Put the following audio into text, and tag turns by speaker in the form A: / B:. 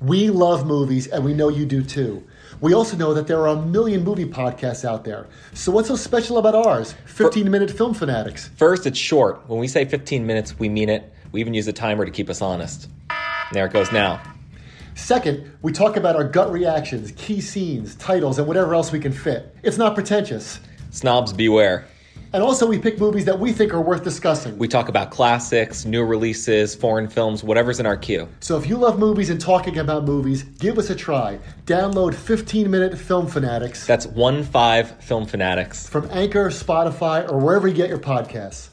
A: We love movies, and we know you do too. We also know that there are a million movie podcasts out there. So, what's so special about ours, 15 Minute Film Fanatics?
B: First, it's short. When we say 15 minutes, we mean it. We even use a timer to keep us honest. And there it goes now.
A: Second, we talk about our gut reactions, key scenes, titles, and whatever else we can fit. It's not pretentious.
B: Snobs beware.
A: And also, we pick movies that we think are worth discussing.
B: We talk about classics, new releases, foreign films, whatever's in our queue.
A: So if you love movies and talking about movies, give us a try. Download 15 Minute Film Fanatics
B: That's one five film fanatics.
A: from Anchor, Spotify, or wherever you get your podcasts.